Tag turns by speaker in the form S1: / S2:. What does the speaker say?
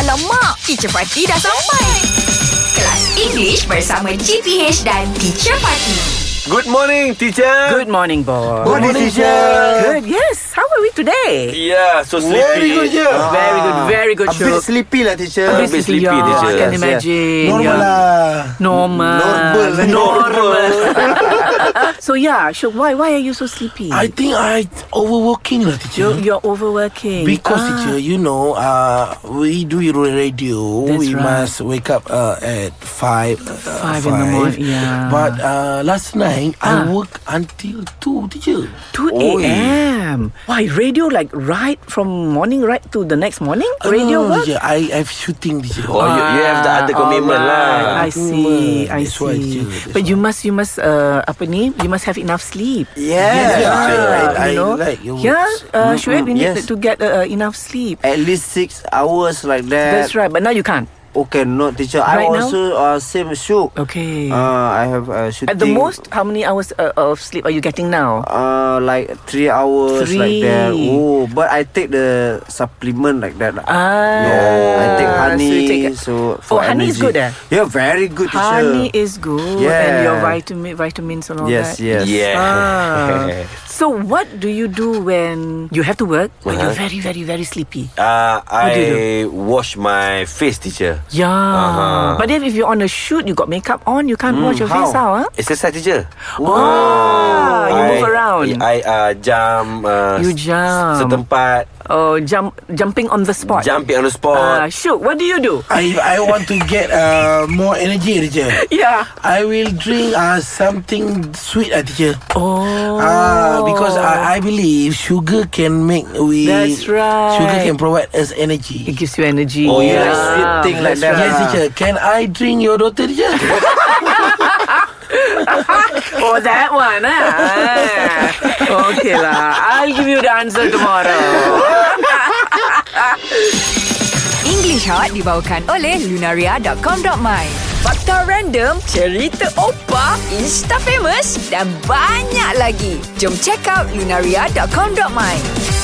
S1: Alah mak, teacher Fatih dah sampai. Kelas English bersama GPH dan teacher Fatih.
S2: Good morning, teacher.
S3: Good morning, boy.
S2: Good morning, teacher.
S3: Good. Yes. How are we today?
S2: Yeah, so sleepy.
S4: Very good, yeah.
S3: Ah. Very good. Very good
S4: A
S3: show.
S4: bit sleepy lah teacher
S2: A bit sleepy,
S3: yeah,
S2: teacher.
S3: I can
S2: Yes,
S3: imagine.
S4: Normal
S3: yeah.
S4: lah
S3: Normal.
S4: Normal.
S3: Normal. so yeah, so why why are you so sleepy?
S4: I think I overworking lah teacher
S3: you're, you're overworking.
S4: Because
S3: Mm-hmm. Ah.
S4: teacher, you know, uh, we do radio.
S3: That's
S4: we
S3: right.
S4: must wake up uh, at five. Uh,
S3: Five in the morning, yeah.
S4: But uh, last night
S3: Ah.
S4: I work until two, teacher.
S3: 2
S2: Oi.
S3: a.m. Why radio like right from morning right to the next morning? Radio
S4: no,
S3: work?
S4: teacher. I have shooting, teacher.
S2: Oh, you, you have the
S3: Ah,
S2: other commitment
S3: alright.
S2: lah.
S3: I see, I
S4: That's why,
S3: see.
S4: teacher, that's
S3: But you must, you must, uh, apa ni? You must have enough sleep.
S4: Yes,
S2: Yeah, I-
S4: teacher.
S3: Ah,
S4: I, I
S3: you know?
S4: like your
S3: yeah,
S4: words.
S3: uh, Shoaib, you need
S5: yes.
S3: to get uh, uh, enough sleep.
S5: At least six hours like that.
S3: That's right, but now you can't.
S5: Okay, no teacher. I
S3: Right now?
S5: also uh, same shoot.
S3: Okay.
S5: Uh, I have uh, shooting.
S3: At the most, how many hours uh, of sleep are you getting now?
S5: Uh, like three hours like that.
S3: Three.
S5: Oh, but I take the supplement like that. lah.
S3: Ah,
S5: Yeah, Uh, I take honey. So,
S3: So, you take,
S5: for
S3: Oh, honey is
S5: energy.
S3: good, eh?
S5: Yeah, very good. teacher.
S3: honey is good, and
S5: Yeah.
S3: your vitamin, vitamins and all
S5: Yes,
S3: that.
S5: yes.
S2: Yeah.
S3: Ah. so what do you do when you have to work but you're
S5: Uh-huh.
S3: very very very sleepy?
S2: Uh,
S3: do you
S2: I wash my face, teacher.
S3: Yeah.
S2: Uh-huh.
S3: But then if you're on a shoot, you got makeup on, you can't wash your
S5: Mm, how?
S3: face out, huh?
S2: Exercise, teacher.
S3: Ah, you move around.
S2: I uh, jump. Uh,
S3: You jump.
S2: Setempat.
S3: Oh, jump jumping on the spot.
S2: Jumping on the
S3: Ah,
S2: spot.
S3: shoot. What do you do?
S4: I I want to get uh, more energy, teacher.
S3: Yeah.
S4: I will drink uh, something sweet, uh, teacher.
S3: Oh.
S4: Ah, because I, I believe sugar can make we.
S3: That's right.
S4: Sugar can provide us
S3: it
S4: energy.
S3: gives you energy.
S2: Oh,
S5: You
S2: yeah.
S5: like sweet thing like that.
S4: Yes,
S5: lah.
S4: teacher. Can I drink your daughter, teacher?
S3: Oh, that one, huh? Ah. okay lah. I'll give you the answer tomorrow.
S1: English Hot dibawakan oleh Lunaria.com.my Fakta random, cerita opa, insta famous dan banyak lagi. Jom check out Lunaria.com.my